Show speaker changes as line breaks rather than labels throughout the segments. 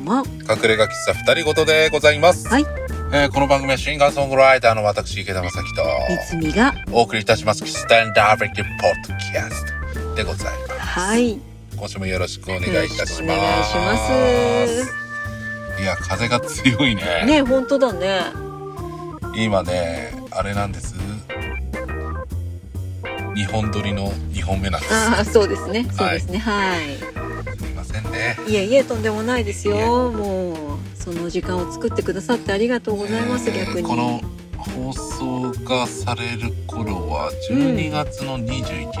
隠れ家喫茶二人ごとでございます。
はい。
えーこの番組はシンガーソングライターの私、池田正樹と、
三つみが、
お送りいたします、キスタンダーベッキポッドキャストでございます。
はい。
今週もよろしくお願いいたします。
よろしくお願いします
いや、風が強いね。
ね、本当だね。
今ね、あれなんです。日本撮りの2本目なんです。
ああ、そうですね。そう
はい
ですね。はい。
すいませんね。
い、えいえ、とんでもないです
いえいえ
よ。もう、その時間を作ってくださってありがとうございます。
えー
逆に。
この放送がされる頃は12月の21日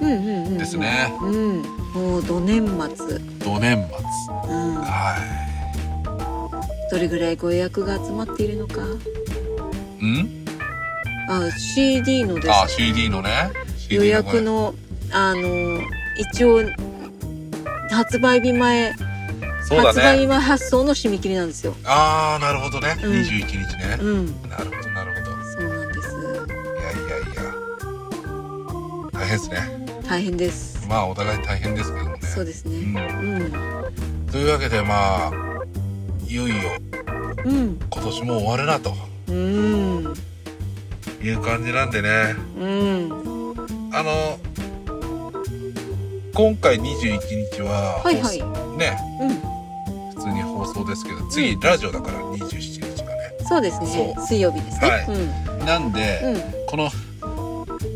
うんうんうんうん。
です。ね、
うん。もう、ど年末。
土年末
うん。
は
どれぐらいご予約が集まっているのか。
いん
あ、CD のですね
あ CD のね CD
予約のあの一応発売日前、
そうだ
発売
ね
日前発送の締め切りなんですよ。
ああなるほどね、
うん
21日ね、
うん、
なるほどなるほど
そうなんです。
いやいやいや大変ですね
大変です。
まあお互い大変ですけどもね
そうです
う
ね。
ん、
うん、
というわけでまあいよいよ
うん、
今年も終わるなと
うん、
いう感じなんでね
うん、
あの今回21日は、
はいはい
放送ね
うん、
普通に放送ですけど次ラジオだから27日がね
そうですね
そ。
水曜日です
は
ね
い。なん
うん、
で、
うん、
この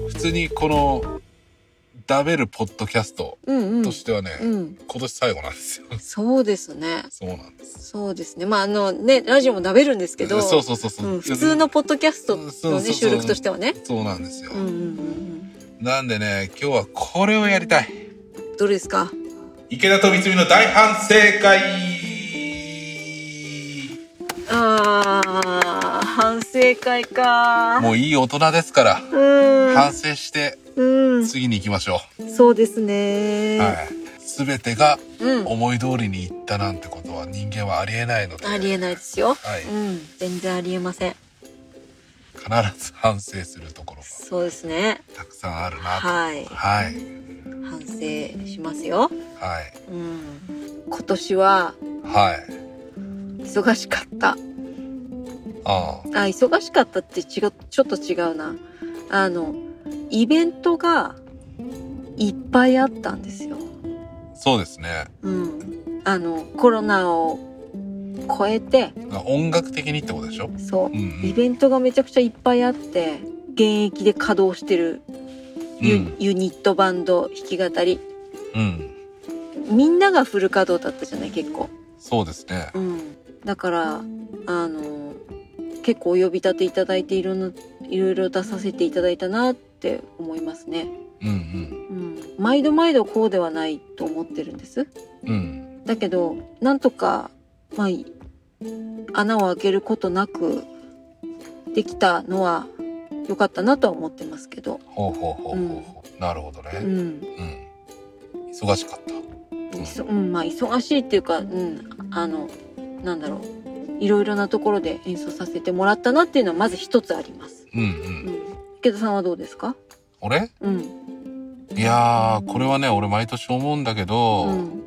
普通にこのダベルポッドキャスト
うん、う
と
ん
してはね、
うん、
今年最後なんですよ
そうですね。
そうなんです
そうですね。まああのねラジオも食べるんですけど、
そうそうそうそう、
うん、普通のポッドキャスト
そうそ
の
うそ
ね
う
収録としてはね。
そうなんですよ、
うん、うん、うん
なんでね今日はこれをやりたい
うん。どれですか。
池田と三つの大反省会
あー反省会か
もういい大人ですから
うー
反省して
ん、うん、
次に行きましょ
そうです
う、
ね、
はい、全てが
うん
思い通りにいったなんてことは人間はありえないので
ありえないですよ、
はい
うん全然ありえません
必ず反省するところが
そうですね
たくさんあるなと
はい
はい
反省しますよ
はい
うん今年は
はい
忙しかったあ
あ
忙しかったって違うちょっと違うなあのイベントがいっぱいあったんですよ
あそうですね
うんあのコロナを超えて
音楽的にってことでしょ
そ
う、
う
ん
イベントがめちゃくちゃいっぱいあって現役で稼働してるユ,、
うん
ユニットバンド弾き語り
うん
みんながフル稼働だったじゃない結構、
そうですね
うん、だからあの結構お呼び立ていただいていろんないろいろ出させていただいたなって思いますね、
うん
うん、毎度毎度こうではないと思ってるんです
うんうん
だけどなんとかまあい穴を開けることなくできたのは良かったなとは思ってますけど、
ほうほうほうほうほうなるほど
う
ね
ん
うん忙しかった
いそうんまあ、忙しいっていうか、うん、あのなんだろういろいろなところで演奏させてもらったなっていうのはまず一つあります。
うんう
うんん、池田さんはどうですか、
俺
うん
いやーこれはね俺毎年思うんだけど、
うん、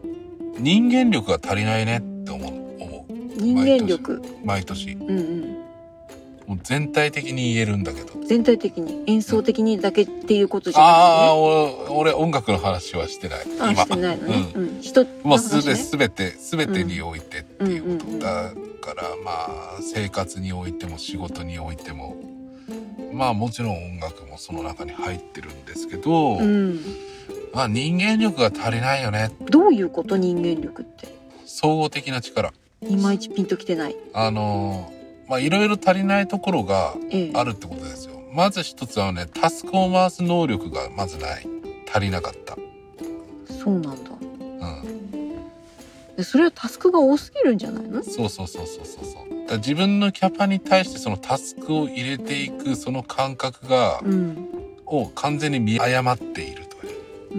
人間力が足りないねって思う思う
人間力、
毎年
うんうん、
もう全体的に言えるんだけど
全体的に演奏的にだけっていうことじ
ああ
ゃ
俺俺音楽の話はしてない
ないで
今
すね。あしてないのね。
う
うん人
もう
の
す
話
べ
ね
すべてすべてにおいてっていうことだから、まあ生活においても仕事においてもまあもちろん音楽もその中に入ってるんですけど、
うん、
まあ人間力が足りないよね
どういうこと人間力って
総合的な力
いまいちピンときてない。
あのまあいろいろ足りないところが
ええ、
あるってことですよまず一つはねタスクを回す能力がまずない足りなかった、
そうなんだ。
うん、
でそれはタスクが多すぎるんじゃないの？
そうそうそうそうそうそうだから自分のキャパに対してそのタスクを入れていくその感覚が、
うん。
を完全に見誤っているという
うー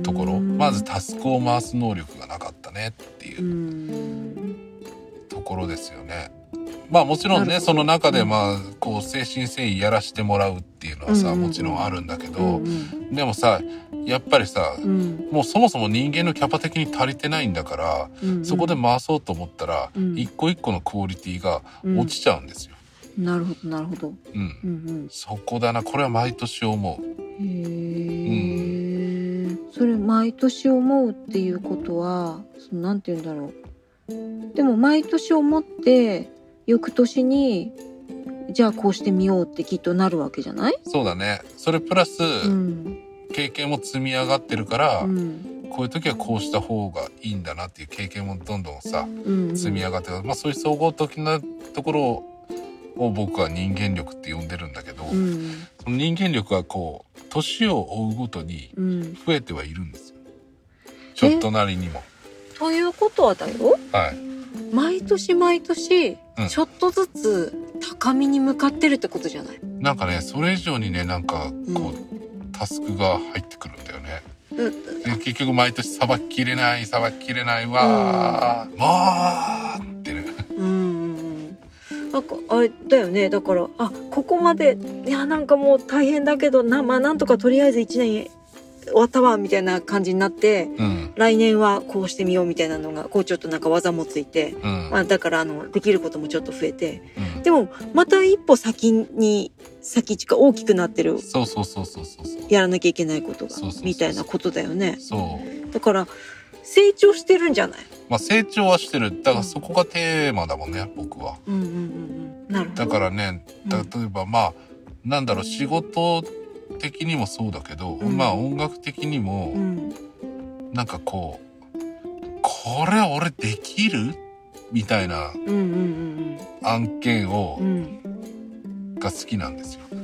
ん
ところまずタスクを回す能力がなかったねっていうう
ーん
ところですよねまあもちろん
なる
ね
ほど
その中で
うん
まあこう精神誠意やらしてもらうっていうののはさ、
うんうんうん
もちろんあるんだけ
う
ど、
んうん
でもさやっぱりさ、
うん
もうそもそも人間のキャパ的に足りてないんだから、
うん
そこで回そうと思ったら、
うん
一個一個のクオリティが落ちちゃうんですよ。
なるほどなるほど
うん
うん
そこだなこれは毎年思う。
うんへえそれ毎年思うっていうことはそのなんて言うんだろうでも毎年思って翌年にじゃあこうしてみようってきっとなるわけじゃない、
そうだねそれプラス、
うん
経験も積み上がってるから、
うん
こういう時はこうした方がいいんだなっていう経験もどんどんさ
うん、
積み上がってる、まあ、そういう総合的なところを僕は人間力って呼んでるんだけど、
うん
その人間力はこう年を追うごとに
うん、
増えてはいるんですよちょっとなりにも。
ということはだよ
はい、
毎年毎年
うん
ちょっとずつ高みに向かってるってことじゃない、
なんかねそれ以上にねなんかこう、
う
タスクが入ってくるんだよね。
う
で結局毎年さばききれないさばききれないわー、もうってね。
うんうんうんなんかあれだよねだからあここまでいやなんかもう大変だけどな,、まあ、なんとかとりあえず1年終わったわみたいな感じになって
うん
来年はこうしてみようみたいなのがこうちょっとなんか技もついて、
うん
まあ、だからあのできることもちょっと増えて
うん
でもまた一歩先に先ちか大きくなってる
そうそうそうそうそうそう。
やらなきゃいけないことが
そうそうそうそう
みたいなことだよね
そう。
だから成長してるんじゃない
まあ成長はしてる。だからそこがテーマだもんね、僕は。
うんうんうんうんなるほど
だからね、例
うん
えばまあ、なんだろう、仕事的にもそうだけど、
うん
まあ音楽的に
う
も、
ん
なんかこう、これ俺できるみたいな
うんうん
案件を
うんうん、うん
が好きなんですよ。
う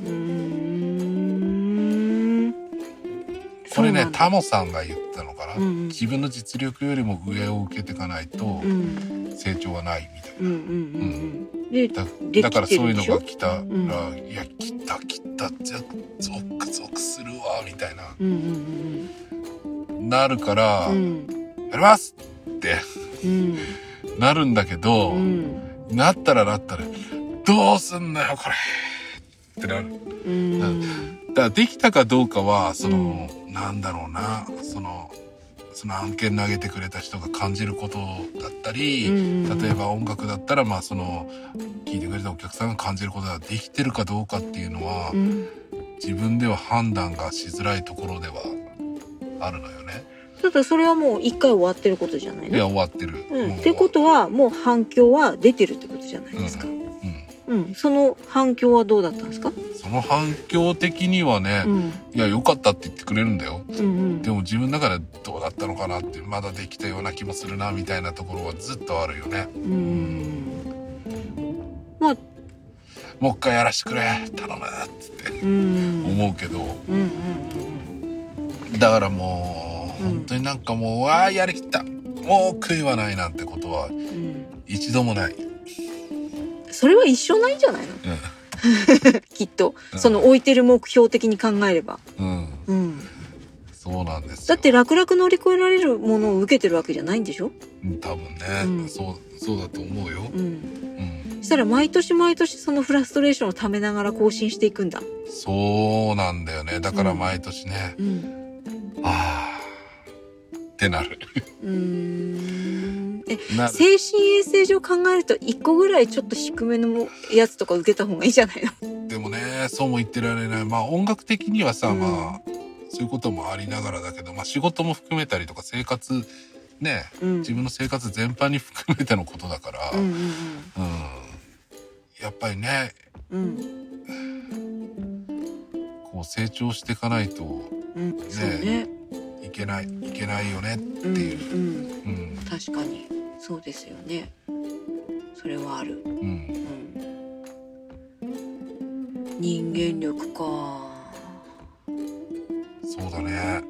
ーん
これ
そうな
ね、
んだ
タモさんが言ったのかな。
うんうん
自分の実力よりも上を受けていかないと
うん
成長はないみたいな。
うんうんうんうんで
だ
できてるでしょ
だからそういうのが来たら、
ん
いや来た来たじゃゾクゾクするわみたいな
うんうん
なるから、
うんうん
やりますって
うん
なるんだけど、
うん
なったらなったらどうすんだよこれってなる
うんうん
だからできたかどうかはその、なんだろうなそのその案件投げてくれた人が感じることだったり、
うん
例えば音楽だったらまあその聞いてくれたお客さんが感じることができてるかどうかっていうのは、
うん
自分では判断がしづらいところではあるのよね。
ただそれはもう一回終わってることじゃない
いや
の
終わってる。
うん
もう
ってことはもう反響は出てるってことじゃないですか
うん
うんその反響はどうだったんですか
その反響的にはね、
うん
いや良かったって言ってくれるんだよ。
うん
でも自分の中でどうだったのかなってまだできたような気もするなみたいなところはずっとあるよね。
うんうんまあ
もう一回やらしてくれ頼むって
うんうん
思うけど
うんうん
だからもう
うん
本当になんかもうわあやりきったもう悔いはないなんてことは
うんうん
一度もない。
それは一緒ないんじゃないのきっと、
うん
その置いてる目標的に考えれば、
うん、うん、
うん、
そうなんです
だ
よ。
って楽々乗り越えられるものを受けてるわけじゃないんでしょ、
うん多分ね、
うん
そうそうだと思うよ、
うん、
うん、
そしたら毎年毎年そのフラストレーションをためながら更新していくんだ、
そうなんだよねだから毎年ね、
うん、
あーってなる
うーんえ
なる
精神衛生上考えると一個ぐらいちょっと低めのやつとか受けた方がいいじゃないの
でもねそうも言ってられないまあ音楽的にはさ、
うん
まあそういうこともありながらだけど、まあ、仕事も含めたりとか生活ね
うん
自分の生活全般に含めてのことだから、
う
うん
ん
やっぱりね
うんうん
こう成長していかないと
うんうんそうね
いけないいけないよね、
うん、う
い
ん、
うん
確かにそうですよねそれはある
うん、
うん人間力か
そうだね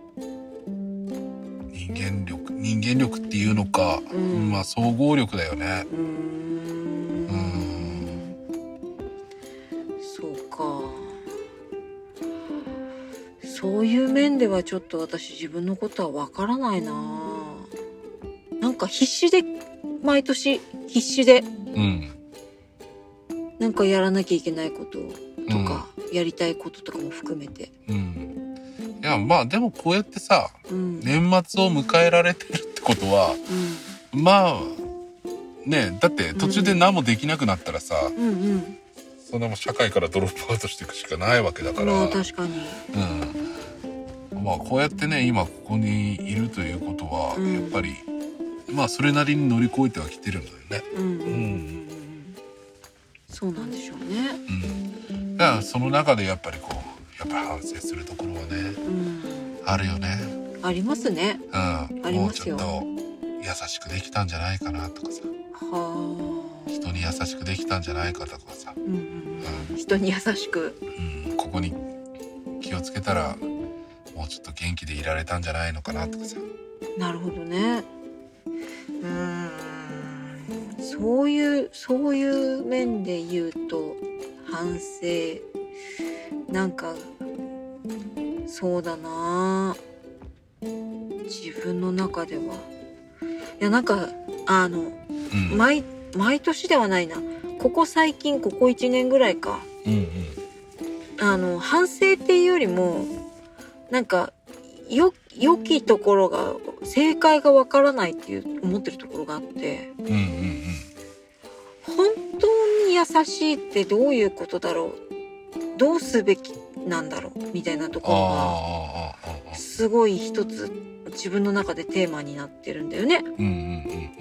人間力人間力っていうのか、
うん
まあ総合力だよね
うーん
うん
そうかそういう面ではちょっと私自分のことはわからないななんか必死で毎年必死で
うん
なんかやらなきゃいけないこととか、やりたいこととかも含めて。
うん。いや、まあでもこうやってさ、
うん。
年末を迎えられてるってことは、まあ、ねだって途中で何もできなくなったらさ、
うん。うんうん。
そんなもん社会からドロップアウトしていくしかないわけだから、う
まあ確かに。
ん。まあこうやってね、今ここにいるということは、
うん
やっぱり、まあそれなりに乗り越えてはきてるんだよね。
うんうんうんうん。そうなんでしょうね。
うん。だからその中でやっぱりこう、やっぱり反省するところはね、
うん。
あるよね。
ありますね。
うん。
り
もう
ま
ち
す
ょ
よ
っと優しくできたんじゃないかなとかさ、
はあ。
人に優しくできたんじゃないかとかさ、
うんうんうん。人に優しく。
うん、ここに気をつけたらもうちょっと元気でいられたんじゃないのかなとかさ、
なるほどね。うーん。そういうそういう面で言うと反省なんかそうだな自分の中ではいやなんかあの
うん、
毎毎年ではないなここ最近ここ1年ぐらいか
うんうん
あの反省っていうよりもなんかよ良きところが正解がわからないっていう思ってるところがあって
うんうんうん
本当に優しいってどういうことだろうどうすべきなんだろうみたいなところが
あーあーあーあー
すごい一つ自分の中でテーマになってるんだよね。
うんうんうんう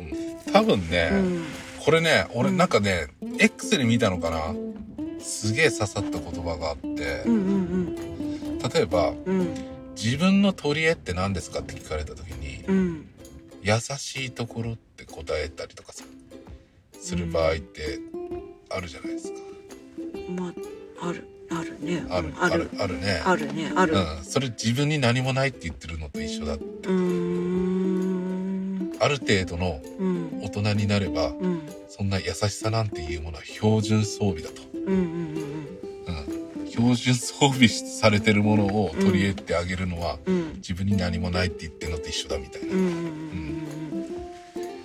ん多分ね、
うん、
これね俺
うん
なんかね、X で見たのかなすげえ刺さった言葉があって
うん、うん
例えば
うんうん
自分の取り柄って何ですかって聞かれた時に
うん
優しいところって答えたりとかさする場合ってあるじゃないですか、
まああるあるね
ある
うん
あるあるね
あるねある
うん、それ自分に何もないって言ってるのと一緒だ
うーん
ある程度の
うん
大人になれば
うん
そんな優しさなんていうものは標準装備だと、
うんうん
うん、標準装備されてるものを取り入れてあげるのは
うんうん
自分に何もないって言ってるのと一緒だみたい
うん
な
う
ん
うんうん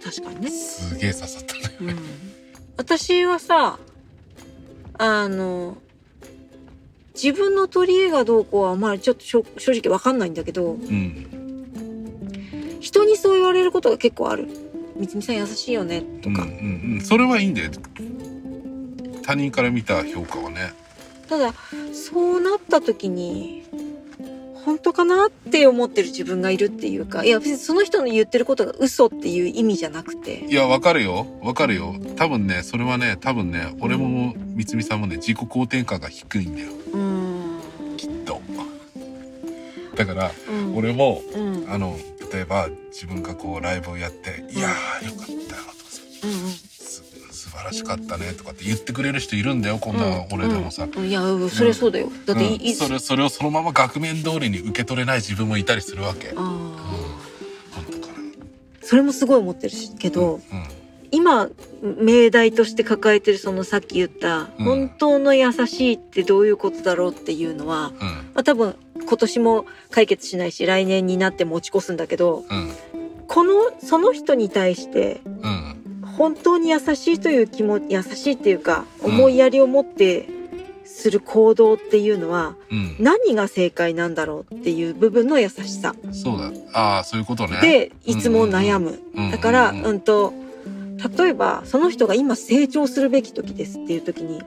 確かにね、
すげえ刺さったね
うん、私はさあの自分の取り柄がどうこうはまあちょっとしょ正直わかんないんだけど
うん
人にそう言われることが結構ある「みつみさん優しいよね」とか、
うんうんうん、それはいいんだよ他人から見た評価はね
ただそうなった時に本当かなって思ってる自分がいるっていうかいや別にその人の言ってることが嘘っていう意味じゃなくて
いやわかるよわかるよ多分ねそれはね多分ね俺も三つさんもね自己肯定感が低いんだよ
うーん
きっとだから
うん
俺も
うんうんうん
あの例えば自分がこうライブをやって「いやーよかったよ」とかさす「素晴らしかったね」とかって言ってくれる人いるんだよこんな俺でもさ。
うんいやうんそれそうだよだってい、
うん
いつ
それそれをそのまま額面通りに受け取れない自分もいたりするわけ。
あ
本当かな。
ーそれもすごい思ってるしけど、
うん
今命題として抱えてるそのさっき言った、
うん
本当の優しいってどういうことだろうっていうのは、
うん
まあ、多分今年も解決しないし来年になって持ち越すんだけど、
うん
このその人に対して
うん
本当に優しいという気持ち優しいっていうか思いやりを持ってする行動っていうのは
うん
何が正解なんだろうっていう部分の優しさ
そうだああそういうことね。
でいつも悩む
うんうん
だから
うん
うんと例えばその人が今成長するべき時ですっていう時に
うん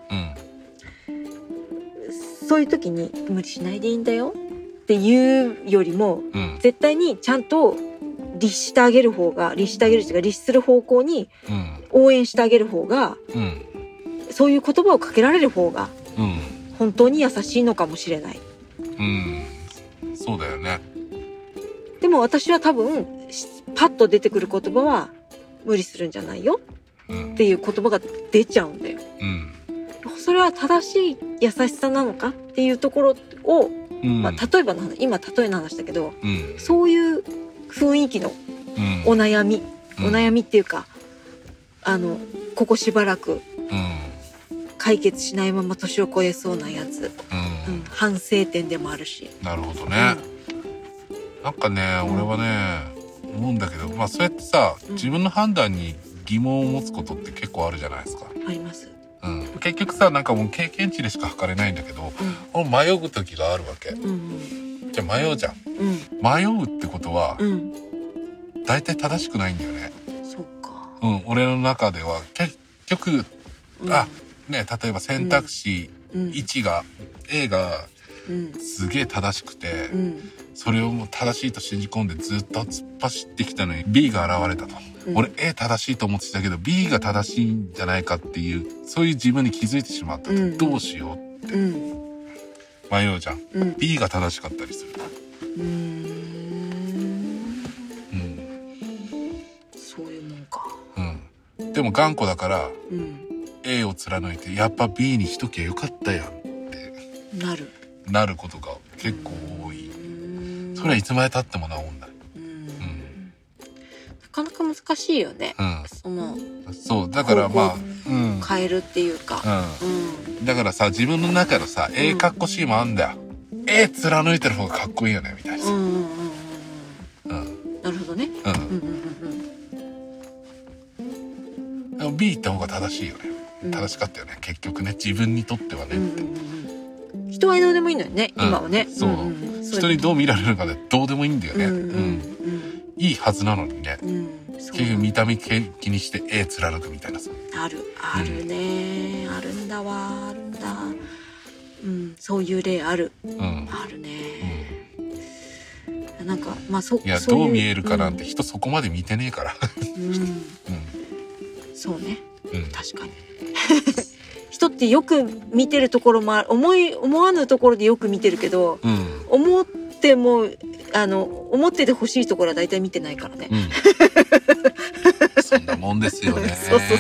そういう時に無理しないでいいんだよっていうよりも
うん
絶対にちゃんと律してあげる方が律してあげるというか律する方向に
うん
応援してあげる方が
うん
そういう言葉をかけられる方が
うん
本当に優しいのかもしれない
うんそうだよね。
でも私は多分しパッと出てくる言葉は無理するんじゃないよ
うん
っていう言葉が出ちゃうんだよ
うん
それは正しい優しさなのかっていうところを、
うん
まあ、例えばの話今例えの話だけど
うん
そういう雰囲気の
うん
お悩み、
うん
お悩みっていうかあのここしばらく
うん
解決しないまま年を越えそうなやつ、
う
うんん、反省点でもあるし、
なるほどね、なんかね
うん
俺はね思うんだけどまあそうやってさ
うん
自分の判断に疑問を持つことって結構あるじゃないですか
うんあります
うん、結局さなんかもう経験値でしか測れないんだけど俺迷う時があるわけ
うん
じゃあ迷うじゃん
うん
迷うってことは
うん
大体正しくないんだよね、
そっか
うん、俺の中では結局
うん
あね例えば選択肢
うん
1が A が
うん
すげえ正しくて
うん
それをもう正しいと信じ込んでずっと突っ走ってきたのに B が現れたと、
うん
俺 A 正しいと思ってたけど B が正しいんじゃないかっていうそういう自分に気づいてしまった
う
と
ん
どうしよう
うん
迷うじゃん
うん
B が正しかったりする、
うーん
うん
そういうもんか
うん、でも頑固だから
うん
A を貫いてやっぱ B にしときゃよかったやんって
なる
なることが結構多いう
ーん
それはいつまでたっても治んない、
うんな
うん
かなか難しいよね
う
その
ん、そうだからまあ
こ
うん、
変えるっていうか
うん、だからさ自分の中のさ A かっこしいもあんだよ A 貫いてる方がかっこいいよねみたいな
うんう
さ
んうんうん
うん
うんなるほどね
う
うんんうんうん
でも B 行った方が正しいよね
うん
正しかったよね結局ね自分にとってはね、
うんうんうんうん人はどうでもいいのよね
うん
今はね
そうん
んん
人にどう見られるかでどうでもいいんだよ
うん
ね、
う
うん
んうん
いいはずなのにね
うんうんそう
結局見た目け気にして A 貫くみたいなさ
あるあるねあるんだわあるんだうんそういう例ある
うん、うん、
あるねなんかまあそ
いや
そうい
どう見えるかなんて人そこまで見てねえから、
うんうん
うん
そうね
うん、
確かに 人ってよく見てるところもある思い思わぬところでよく見てるけど
うん。
思ってもあの思っててほしいところは大体見てないからね、
うん。そんなもんですよね。
そうそうそう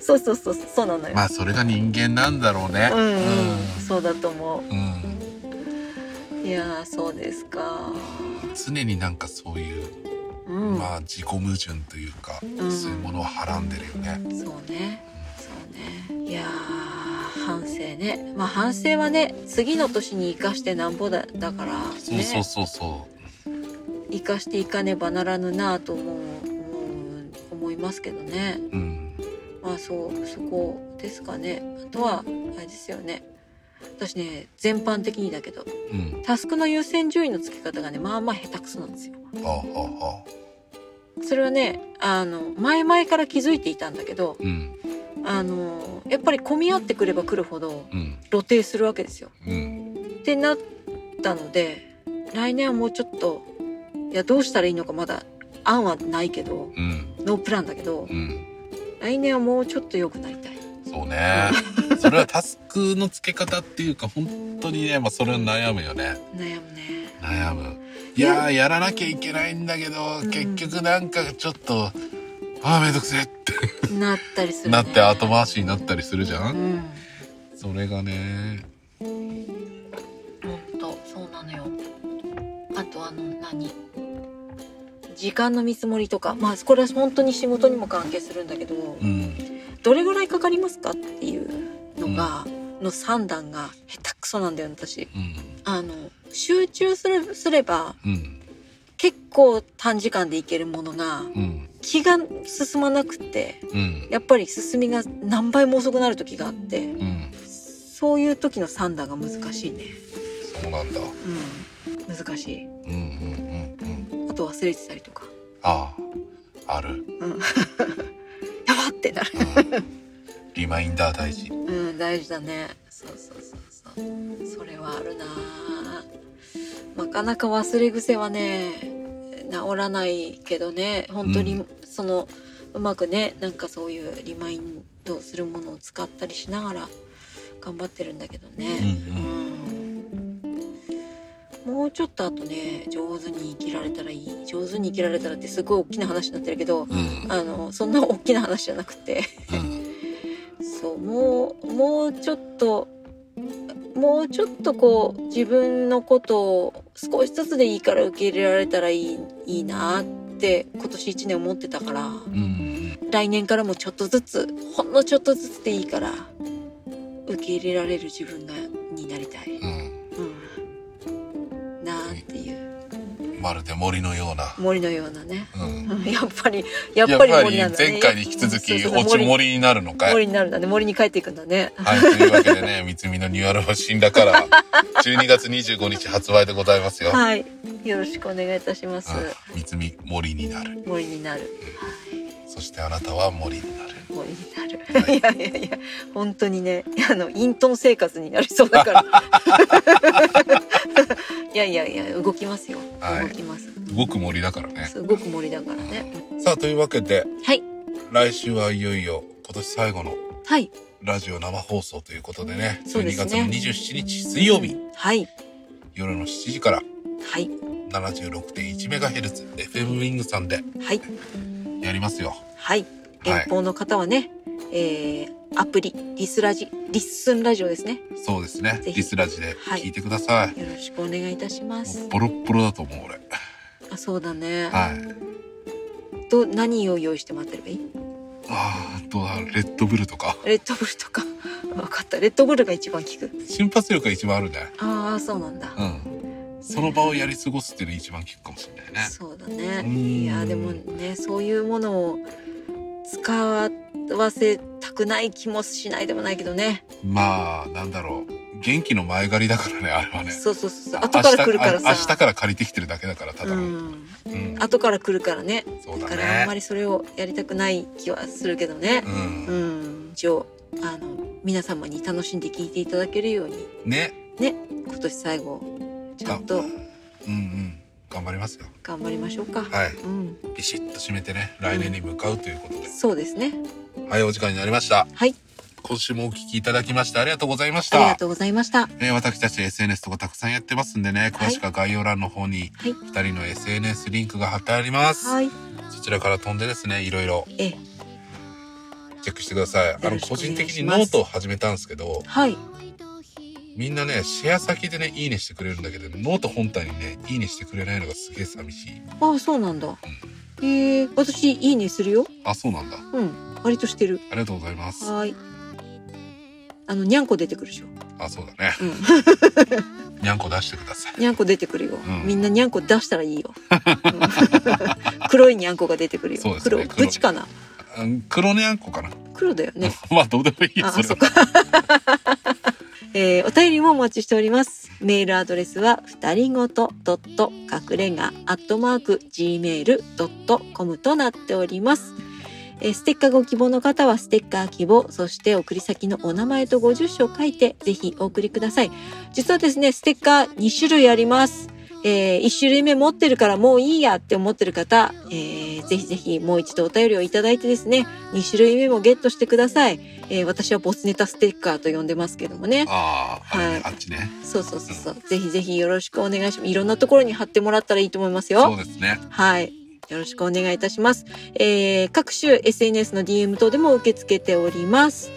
そうそうそうそうそうなのよ、
まあそれが人間なんだろうね。
うん、うん、そうだと思
うん。
ういやーそうですか
うん常になんかそういう、
うん、
まあ自己矛盾というか、
ん
そういうものをはらんでるよね。
そうねそうねいやー反省ねまあ反省はね次の年に生かしてなんぼだだからね
そうそうそうそ
生かしていかねばならぬなぁと思う思う思いますけどね
う。うん。
まあそうそこですかねあとはあれですよね私ね全般的にだけど
うん。
タスクの優先順位の付け方がねまあまあ下手くそなんですよ
ああああああ。
それはねあの前々から気づいていたんだけど
うん
あのやっぱり混み合ってくれば来るほど
うん
露呈するわけですよ
うん
ってなったので来年はもうちょっといやどうしたらいいのかまだ案はないけど
うん
ノープランだけど
うん。
来年はもうちょっと良くなりたい
そう ね。それはタスクの付け方っていうか本当にね、まあそれは悩むよね。
悩むね
悩むいやーやらなきゃいけないんだけど、
うん
結局なんかちょっとあーめんどくせえって
なったりする、ね、
なって後回しになったりするじゃ
うん
ん、
本
それがね
当そうなのよあとあの何時間の見積もりとかまあこれは本当に仕事にも関係するんだけど、
うん
どれぐらいかかりますかっていうのが、の算段が下手くそなんだよ私
うん
あの集中するすれば
うん
結構短時間でいけるものが
うん
気が進まなくて
うん
やっぱり進みが何倍も遅くなる時があって
うん
そういう時の算段が難しいね
そうなんだ
うん難しい
うんうんうんうん
あと忘れてたりとか
ああある、
やばってなる
うん、リマインダー大事
うん大事だねそうそうそうそうそれはあるなあなかなか忘れ癖はね治らないけどね本当
う
にその、うまくねなんかそういうリマインドするものを使ったりしながら頑張ってるんだけど
うん
ね、うんもうちょっとあとね上手に生きられたらいい上手に生きられたらってすごい大きな話になってるけど
うんうん
あのそんな大きな話じゃなくて
うん
そうもうもうちょっともうちょっとこう自分のことを少しずつでいいから受け入れられたらいいいいなって今年1年思ってたから
うん
来年からもちょっとずつほんのちょっとずつでいいから受け入れられる自分がになりたい、
うん
うん、なあっていう
うんまるで森のような、
森のようなね。
うん、
うんやっぱり、
や
やっ
っ
ぱ
ぱ
り
り
森なんだね。
前回に引き続き
そうそうそう
落ち森になるのかい
森になるんだね。森に帰っていくんだね。
はい、というわけでね、三つみのニューアルバム死んだから、12月25日発売でございますよ。うん
はい。よろしくお願いいたします。
三つみ森になる。
森になる。
そしてあなたは森になる。
森になる。いやいやいや、本当にね、あの、隠遁生活になりそうだ から。いやいやいや、動きますよ。
はい
動きます。
動く森だからね。
そう動く森だからね。
さあ、というわけで、
はい。
来週はいよいよ今年最後の
はい。
ラジオ生放送ということでね、
そうで
12
すね
月の27日水曜日、
はい。
夜の7時から
はい。
76.1MHz、FM ウィングさんで
はい。
やりますよ。
はい。
はい
遠方の方はね、えー、アプリ、リスラジ、リッスンラジオですね。
そうですね。
ぜひ
リスラジで聞いてください。
よろしくお願いいたしま
も
す
う。ボロッボロだと思う、俺。
あ、そうだね。
はい。
ど何を用意して待ってればいい
あーあとはレッドブルとか
レッドブルとか。分かった。レッドブルが一番効く。
瞬発力が一番あるね
ああ、そうなんだ。
うんその場をやり過ごすっていうのが一番効くかもしれないね
そうだ
う
ね。
ん
いやでもねそういうものを使わせたくない気もしないでもないけどね。
まあなんだろう元気の前借りだからねあれはね
そうそうそうそう後から来るから
明
さ。
日あ明日から借りてきてるだけだからただ
う
の
ん。
うん
後から来るからね。
そう
だ
だ
からあんま
ね
りそれをやりたくない気はするけどね
う。
うんん。一応あの皆様に楽しんで聞いていただけるように
ね
今年最後ちゃんと
がうんうん頑張りますよ
頑張りましょうか。
はい
うん。
ビシッと締めてね来年に向かうということで、
そうですね。
はいお時間になりました
はい。
今週もお聞きいただきましてありがとうございまし
ありが
た
とうございました。
えー私たち SNS とかたくさんやってますんでね詳しくは概要欄の方に
はい。
2人の SNS リンクが貼ってあります、
はい。
そちらから飛んでですねいろいろ
ええ、
チェックしてくださいあ
よろ
の
しく
個人的に
お
ノ
願いし
ー
ます
トを始めたんですけど
はい。
みんなねシェア先でねいいねしてくれるんだけどノート本体にねいいねしてくれないのがすげえ寂しい
ああそうなんだ。えー、私いいねするよ。
あそうなんだあ
うん、割としてる。
りがとうございます
はーい。あのにゃんこ出てくるでしょ。
あそうだね
うん、
にゃんこ出してください
にゃんこ出てくるよ、
うん
みんなにゃんこ出したらいいよ。 うん黒いにゃんこが出てくるよ。
そうですね
黒、
黒
ブチかな。
うん黒にゃんこかな、
黒だよね。
まあどうでもいいよ
あ
そ
あ、
れ
そっ
は
か。 えーお便りもお待ちしております。メールアドレスは、ふたりごとドット隠れがアットマーク gmail.com となっております。えーステッカーご希望の方はステッカー希望、そして送り先のお名前とご住所を書いて、ぜひお送りください。実はですね、ステッカー2種類あります。え1種類目持ってるからもういいやって思ってる方、えーぜひぜひもう一度お便りをいただいてですね、2種類目もゲットしてください。えー私はボスネタステッカーと呼んでますけどもね。
ああ、あれね
はい
あっちね
そうそうそうそう。ぜひぜひよろしくお願いします。いろんなところに貼ってもらったらいいと思います
そう
よ。
ですね
はい。よろしくお願いいたします。えー各種 SNS の DM 等でも受け付けております。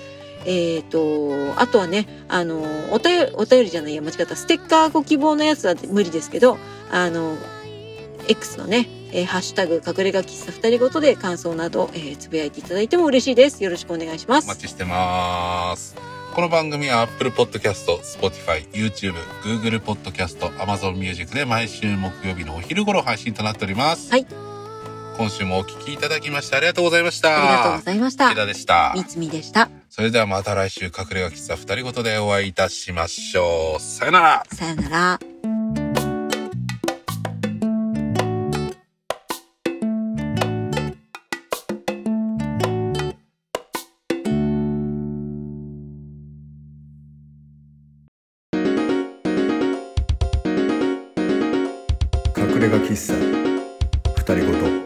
えっ、と、あとはね、あの、お便り、お便りじゃないや、間違った。ステッカーご希望のやつは無理ですけど、あの、X のね、えーハッシュタグ、隠れ家喫茶二人ごとで感想など、えーつぶやいていただいても嬉しいです。よろしくお願いしま
お
す。
待ちしてます。この番組は Apple Podcast、Spotify、YouTube、Google Podcast、Amazon Music で毎週木曜日のお昼頃配信となっております。
はい。
今週もお聞きいただきましてありがとうございました。
ありがとうございました
池。田でした。
三つみでした。
それではまた来週隠れ家喫茶二人ごとでお会いいたしましょう。さよなら。
さよなら。
隠れ家喫茶二人ごと